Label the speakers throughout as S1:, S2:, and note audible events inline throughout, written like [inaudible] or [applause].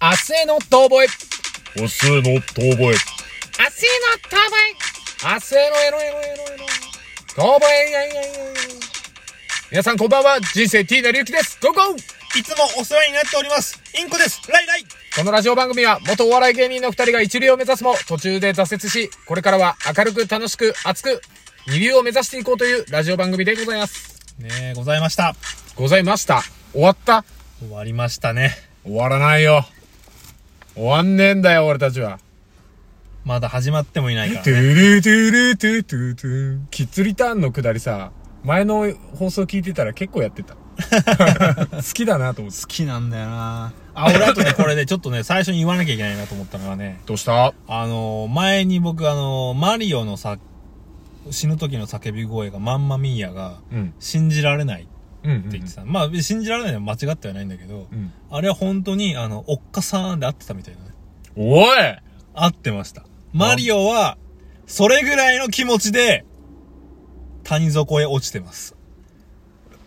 S1: 明日への遠吠え。
S2: 明日の遠吠
S1: 明日へ
S2: え。
S1: の遠吠え。明日へのエロエロエロエロ。遠吠え、いやいやいやいや。皆さんこんばんは。人生 T なりゆきです。ゴーゴー
S2: いつもお世話になっております。インコです。ライライ。
S1: このラジオ番組は元お笑い芸人の二人が一流を目指すも途中で挫折し、これからは明るく楽しく熱く二流を目指していこうというラジオ番組でございます。
S2: ねえ、ございました。
S1: ございました。終わった
S2: 終わりましたね。
S1: 終わらないよ。終わんねえんだよ、俺たちは。
S2: まだ始まってもいないから
S1: ト。ゥルトゥルトゥトゥトゥン。キッズリターンのくだりさ、前の放送聞いてたら結構やってた。好きだなと思って。
S2: 好きなんだよなあ、俺あとね、これね、ちょっとね、最初に言わなきゃいけないなと思ったのがね、
S1: どうした
S2: あのー、前に僕あのー、マリオのさ、死ぬ時の叫び声がマンマミーヤが、
S1: うん。
S2: 信じられないって
S1: うん、うん。
S2: 言ってた。まあ、信じられないのは間違ってはないんだけど
S1: う、ん。
S2: あれは本当に、あの、おっかさんで合ってたみたいなね。
S1: おい
S2: 合ってました。マリオは、それぐらいの気持ちで、谷底へ落ちてます。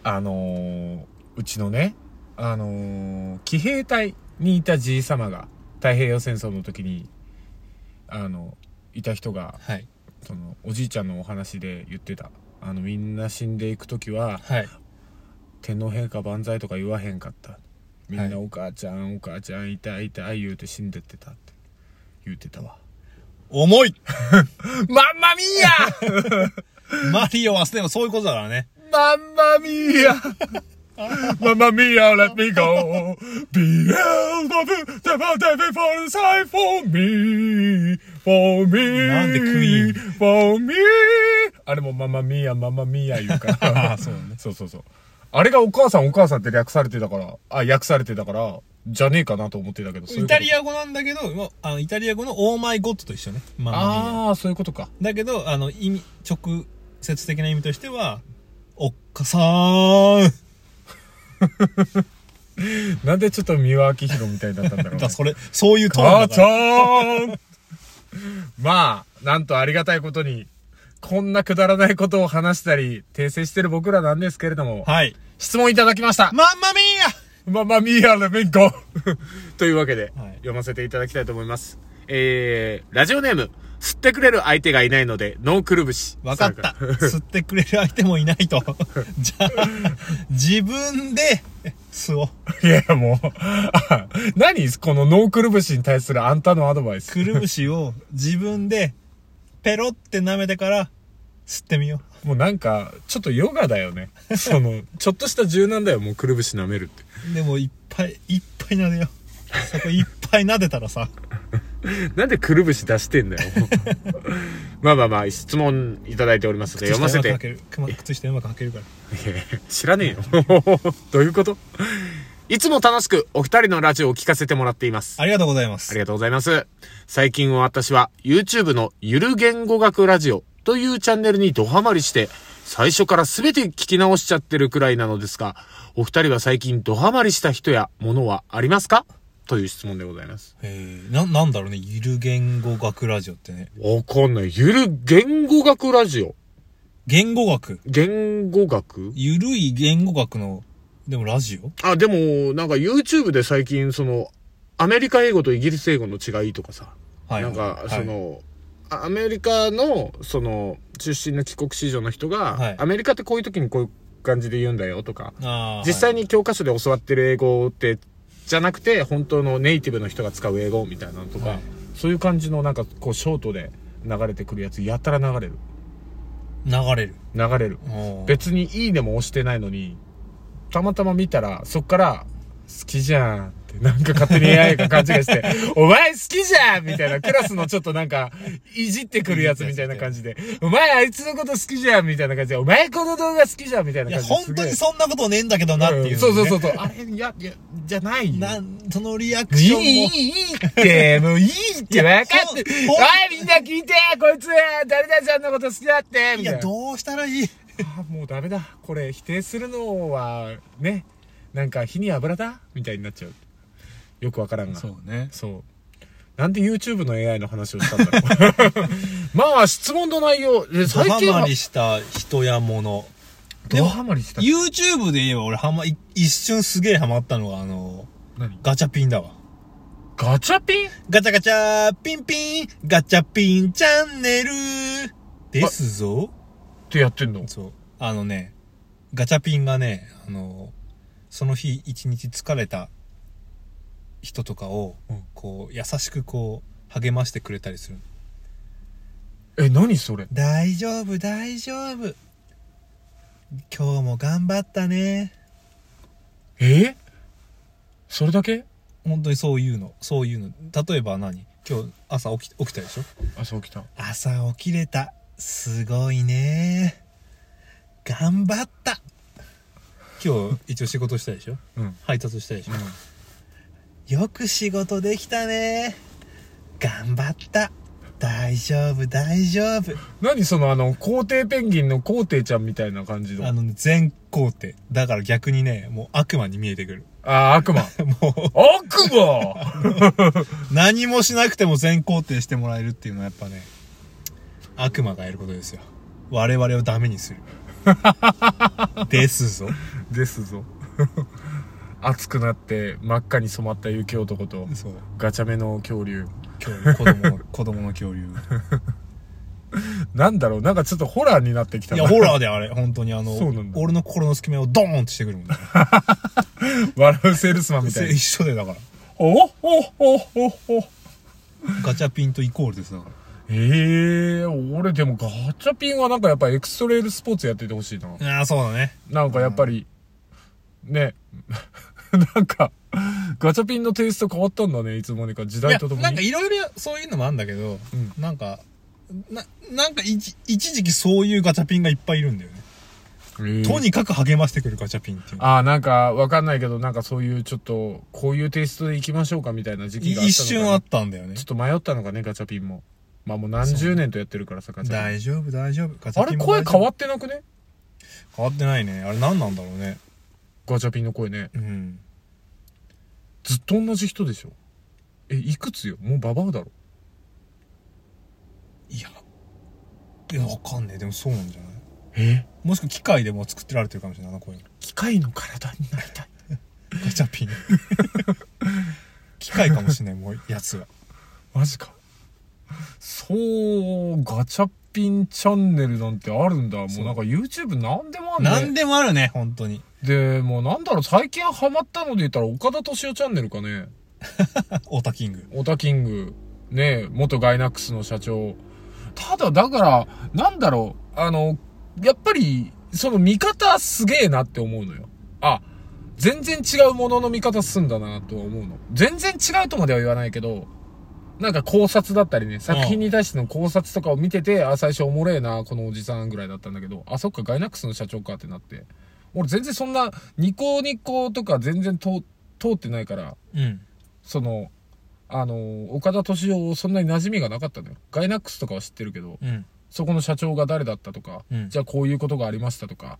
S1: あのー、うちのね、あのー、騎兵隊にいたじい様が、太平洋戦争の時に、あの、いた人が、
S2: はい。
S1: その、おじいちゃんのお話で言ってた。あの、みんな死んでいく時は、
S2: はい。
S1: 天皇陛下万歳とか言わへんかったみん
S2: はい
S1: なお母ちゃん、お母ちゃん痛い痛い言うて死んでってたって言うてたわ
S2: 重い
S1: [laughs] マンマミーヤ
S2: マリオはでもそういうことだからね。
S1: マンマミーヤマンマミーヤ let me go Be held of the devil for the side for me for me
S2: なんでクイーン
S1: for me あれもママミーヤママミーヤ言うから
S2: [laughs] あそうね
S1: そうそうそうあれがお母さんお母さんって略されてたからあ訳されてたからじゃねえかなと思ってたけどそういう
S2: イ
S1: こと
S2: タリア語なんだけど、もうあのイタリア語のオーマイゴッドと一緒ね。まあ、
S1: ああ、そういうことか。
S2: だけど、あの、意味、直接的な意味としては、おっかさーん。
S1: なんでちょっと三輪明宏みたいになったんだろう、ね
S2: だ。それ、そういうトー
S1: 母
S2: ンだ
S1: ち
S2: か
S1: ゃ
S2: ら。
S1: ーんまあ、なんとありがたいことに、こんなくだらないことを話したり、訂正してる僕らなんですけれども、
S2: はい。
S1: 質問いただきました。
S2: マンマミ
S1: ま、ま、ミーアルメンコ [laughs] というわけで、
S2: はい
S1: 読ませていただきたいと思います。えー、ラジオネーム、吸ってくれる相手がいないので、ノーくるぶし。
S2: ーやわかった。吸ってくれる相手もいない
S1: [laughs]
S2: と。じゃあ、自分で、吸おう。
S1: いや、もう、 [laughs] あ何このノーくるぶしに対するあんたのアドバイス。
S2: くるぶしを自分で、ペロって舐めてから、吸ってみよ
S1: もうなんか、ちょっとヨガだよね。その、ちょっとした柔軟だよ、もうくるぶし舐めるって。
S2: う。でも、いっぱい、いっぱい撫でよう。そこいっぱい撫でたらさ。
S1: なんでくるぶし出してんだ [laughs] よ。まあまあまあ、質問いただいておりますので、読ませて。
S2: て。靴下うまく履けるから。
S1: 知らねえよ。 [laughs] どういうこといつも楽しくお二人のラジオを聞かせてもらっています。
S2: ありがとうございま
S1: あ
S2: す
S1: り。がとうございます。最近私は YouTube のゆる言語学ラジオというチャンネルにドハマりして、最初から全て聞き直しちゃってるくらいなのですが、お二人は最近ドハマりした人やものはありますかという質問でございます。
S2: えー、な、なんだろうね。ゆる言語学ラジオってね。
S1: わかんない。ゆる言語学ラジオ
S2: 言語学。
S1: 言語学
S2: ゆるい言語学の、でもラジオ
S1: あ、でも、なんか YouTube で最近その、アメリカ英語とイギリス英語の違いとかさ、
S2: はい。
S1: なんか、
S2: はい
S1: そ、の、あアメリカの、その、出身の帰国子女の人が、
S2: はい
S1: アメリカってこういう時にこういう感じで言うんだよとか、
S2: あー
S1: 実際、に教科書で教わってる英語って、じゃなくて、本当のネイティブの人が使う英語みたいなのとか、
S2: はい
S1: そういう感じのなんか、こう、ショートで流れてくるやつ、やたら流れる。
S2: はい流れる。
S1: 流れる。
S2: おー
S1: 別にいいねも押してないのに、たまたま見たら、そっから、好きじゃんって、なんか勝手に AI が勘違い
S2: [laughs]
S1: して、お前好きじゃんみたいな、クラスのちょっとなんか、いじってくるやつみたいな感じで、お前あいつのこと好きじゃんみたいな感じで、お前この動画好きじゃんみたい
S2: い
S1: な
S2: や、
S1: 感じで。
S2: 本当に
S1: す
S2: そんなことねえんだけどなっ
S1: げ
S2: て
S1: え
S2: いう、ね
S1: んそうそうそうそう。あれ、いや、いや、じゃないよ。
S2: なん、そのリアク
S1: い
S2: ションも。
S1: い、いい、いいって、もういいって分かってる。
S2: いやほんほ
S1: お
S2: ん
S1: い、みんな聞いてこいつ、誰々さんのこと好きだってみ
S2: い
S1: たいな
S2: や、。どうしたらいい
S1: あもうダメだこれ否定するのはねなんか火に油だみたいになっちゃうよくわからんがそう
S2: うね。
S1: なんで YouTube の AI の話をしたんだろう [laughs] まあ質問の内容え
S2: ド
S1: 最近
S2: ハ
S1: は
S2: マりした人や物。
S1: ドハマりした
S2: YouTube で言えば俺ハマ、い一瞬すげえハマったのが、あの、
S1: 何
S2: ガチャピンだわ。
S1: ガチャピン
S2: ガチャガチャピンピンガチャピンチャンネルですぞ。
S1: ってやってんの
S2: そう。あのね、ガチャピンがね、あの、その日一日疲れた人とかを、
S1: うん
S2: こう、優しくこう、励ましてくれたりする。
S1: え、何それ
S2: 大丈夫、大丈夫。今日も頑張ったね。
S1: えそれだけ
S2: 本当にそういうの、そういうの。例えば何今日朝起き、起きたでしょ
S1: 朝起きた。
S2: 朝起きれた。すごいね。頑張った。今日、一応仕事したでしょ
S1: うん。
S2: 配達したでしょ、
S1: うん
S2: よく仕事できたね。頑張った。大丈夫、大丈夫。
S1: 何そのあの、皇帝ペンギンの皇帝ちゃんみたいな感じの。
S2: あ
S1: あ
S2: のね、全工程。だから逆にね、もう悪魔に見えてくる。
S1: あー、悪魔。
S2: もう、
S1: 悪魔
S2: 何もしなくても全肯定してもらえるっていうのはやっぱね、悪魔がやることですよ。我々をダメにす [laughs] る。ですぞ。
S1: ですぞ。 [laughs] 熱くなって真っ赤に染まった雪男と、
S2: そう。
S1: ガチャめの恐竜。
S2: 恐竜、子供の、 [laughs] 子供の恐竜。
S1: なんだろうなんかちょっとホラーになってきた
S2: い
S1: な
S2: や、ホラーであれ、本当にあの
S1: そうなん、だ
S2: 俺の心の隙間をドーンとしてく [laughs] るもんね。
S1: 笑うセールスマンみたいな
S2: 一。緒でだから。
S1: おおおおお
S2: ガチャピンとイコールですだから。
S1: ええ俺でもガチャピンはなんかやっぱエクストレールスポーツやっててほしいな。
S2: ああ、そうだね。
S1: なんかやっぱり、ね、 [laughs] なんか、ガチャピンのテイスト変わったんだね、いつの間にか時
S2: い
S1: 代
S2: や、
S1: ととも
S2: なんか
S1: に。
S2: いろいろそういうのもあるんだけど、
S1: うん
S2: なんか、な、なんか一一時期そういうガチャピンがいっぱいいるんだよね。
S1: ええ
S2: とにかく励ましてくるガチャピンっていうの。
S1: ああ、なんかわかんないけど、なんかそういうちょっと、こういうテイストで行きましょうかみたいな時期があったのか、ね、
S2: 一瞬あったんだよね
S1: ちょっ。と迷ったのかね、ガチャピンも。まあもう何十年とやってるからさ、ガチャピン。
S2: 大丈夫、大丈夫。ガチ
S1: あ
S2: ャピ
S1: れ
S2: ンも
S1: 声
S2: 大丈夫
S1: 変わってなくね
S2: 変わってないね。あれ何なんだろうね。
S1: ガチャピンの声ね。
S2: うん。
S1: ずっと同じ人でしょ。え、いくつよもうババアだろ。
S2: いや。いや、わかんねえ。でもそうなんじゃない
S1: え
S2: もしくは機械でも作ってられてるかもしれないな、こういう
S1: 機械の体になりたい。
S2: のガチャ
S1: [laughs]
S2: ピン。機械かもしれない、もう、やつは。
S1: マジか。そう、ガチャピンチャンネルなんてあるんだ。も
S2: そう
S1: うなんか YouTube なんでもあんね
S2: 何でもあるね、本当に。
S1: で、もうなんだろう、最近ハマったので言ったら岡田敏夫チャンネルかね。
S2: オタキング。
S1: オタキング、ねえ、元ガイナックスの社長。ただ、だから、なんだろう、あの、やっぱり、その見方すげえなって思うのよ。あ、全然違うものの見方すんだなとは思うの。全然違うとまでは言わないけど、なんか考察だったりね、作品に対しての考察とかを見てて、あ、最初おもれえな、このおじさんぐらいだったんだけど、あ、そっか、ガイナックスの社長かってなって。俺全然そんな、ニコニコとか全然通通ってないから、
S2: うん。
S1: その、あの、岡田敏夫、そんなに馴染みがなかったのよ。ガイナックスとかは知ってるけど、
S2: うん。
S1: そこの社長が誰だったとか、
S2: うん
S1: じゃあこういうことがありましたとか、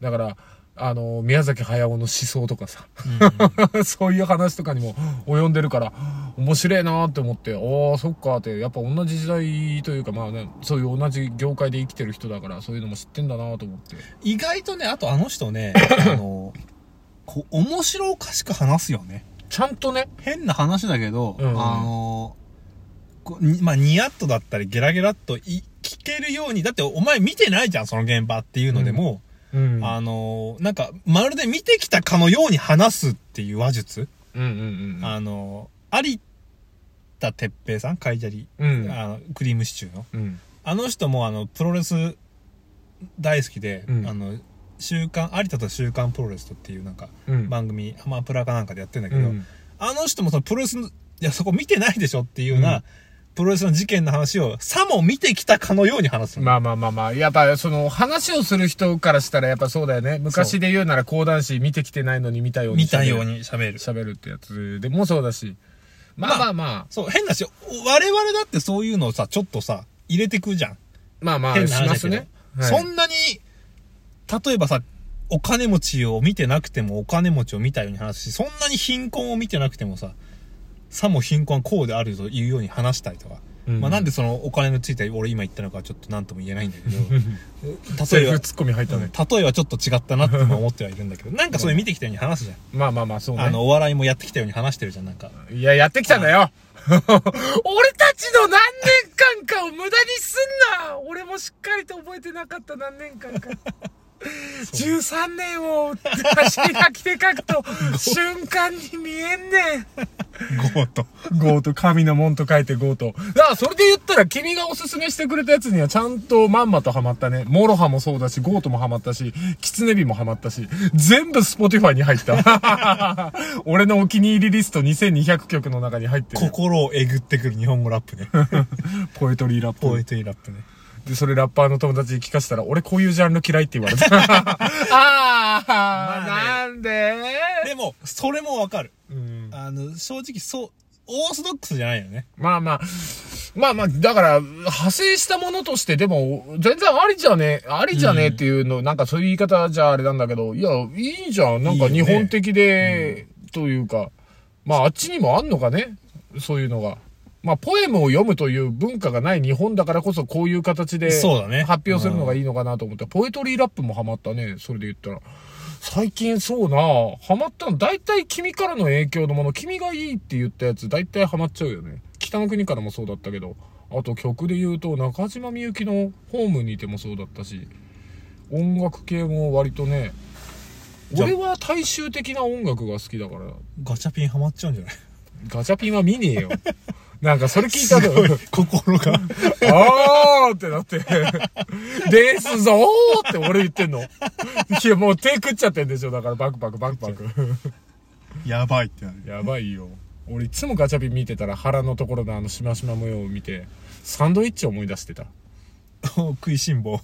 S1: だから、あの、宮崎駿の思想とかさ、 [laughs] そういう話とかにも及んでるから、面白いなーって思って、ああ、そっかーって、やっぱ同じ時代というか、まあね、そういう同じ業界で生きてる人だから、そういうのも知ってんだなーと思って。
S2: 意外とね、あとあの
S1: [laughs]
S2: 人ね、あの、こう、面白おかしく話すよね。
S1: ちゃんとね、
S2: 変な話だけど、
S1: うん
S2: あのこうにまあ、ニヤッとだったり、ゲラゲラっとい聞けるように、だってお前見てないじゃん、その現場っていうのでも、
S1: うん
S2: あのなんか、まるで見てきたかのように話すっていう話術、
S1: うんうんうん。
S2: あの有田哲平さん、カイジャリ、
S1: うん。
S2: あの、クリームシチューの。
S1: うん。
S2: あの人も、あの、プロレス大好きで、
S1: うん
S2: あの、週刊、有田と週刊プロレスとっていうなんか、
S1: うん。
S2: 番組、アマプラかなんかでやってんだけ
S1: う
S2: ど、
S1: ん。
S2: あの人もそのプロレスの、いや、そこ見てないでしょっていうような、
S1: うん
S2: プロレスの事件の話を、さも見てきたかのように話すの。
S1: まあまあまあまあ、やっぱその話をする人からしたらやっぱそうだよね。昔で言うなら講談師見てきてないのに見たように
S2: 見たよう
S1: に
S2: に喋る。
S1: 喋るってやつでもそうだし。まあまあまあ、
S2: そう、変だし、お我々だってそういうのをさ、ちょっとさ、入れてくじゃん。
S1: まあまあ、
S2: 変な
S1: し
S2: 話だ
S1: ま
S2: けど
S1: すね。
S2: そ
S1: はい
S2: んなに、例えばさ、お金持ちを見てなくてもお金持ちを見たように話すし、そんなに貧困を見てなくてもさ、さも貧困はこうであるというように話したりとか、
S1: うん
S2: まあ、なんでそのお金のついた俺今言ったのかはちょっと何とも言えないんだけど例
S1: セ
S2: え [laughs]
S1: ー
S2: ば
S1: フツッコミ入ったね。
S2: 例えはちょっと違ったなって今思ってはいるんだけどなんかそれ見てきたように話すじゃん、
S1: まあまあまあ、そうね。
S2: あのお笑いもやってきたように話してるじゃんなんか
S1: いや、やってきたんだよ [laughs] 俺たちの何年間かを無駄にすんな俺もしっかりと覚えてなかった何年 [laughs] 間か。13年を足がきて書く [laughs] と瞬間に見えんねん。
S2: ゴート
S1: ゴート、神の門と書いてゴート。だからそれで言ったら君がおすすめしてくれたやつにはちゃんとまんまとハマったね。モロハもそうだし、ゴートもハマったし、キツネビもハマったし、全部スポティファイに入った。 [laughs] 俺のお気に入りリスト2200曲の中に入ってるよ。
S2: 心をえぐってくる日本語ラップね
S1: ポエトリーラップ。
S2: ポエトリーラップね
S1: で、それラッパーの友達に聞かせたら、俺こういうジャンル嫌いって言われ
S2: [laughs]
S1: た。あー、
S2: あ
S1: なんで
S2: でもそれもわかる
S1: うん
S2: あの正直そうオーソドックスじゃないよね
S1: まあまあ、まあまあ、だから、派生したものとして、でも、全然ありじゃねえ、ありじゃねえっていうの、なんかそういう言い方じゃあれなんだけど、いや、いいじゃん。なんか
S2: いい
S1: 日
S2: よね
S1: 本的で、というか、まああっちにもあんのかね、そういうのが。まあ、ポエムを読むという文化がない日本だからこそ、こういう形で、
S2: そうだね
S1: 発表するのがいいのかなと思って、ポエトリーラップもハマったね、それで言ったら。最近そうなハマったの、大体君からの影響のもの、君がいいって言ったやつ、大体ハマっちゃうよね。北の国からもそうだったけど、あと曲で言うと、中島みゆきのホームにいてもそうだったし、音楽系も割とね、
S2: じゃあ
S1: 俺は大衆的な音楽が好きだから、
S2: ガチャピンハマっちゃうんじゃない
S1: ガチャピンは見ねえよ。なんかそれ聞いたのよ。
S2: 心が
S1: あーってなって、ですぞーって俺言ってんの。いや、もう手食っちゃってんでしょ。だからバクバクバクバク。
S2: やばいってなる
S1: [laughs] やばいよ。俺いつもガチャピン見てたら腹のところのあのしましま模様を見て、サンドイッチを思い出してた。
S2: 食いしん坊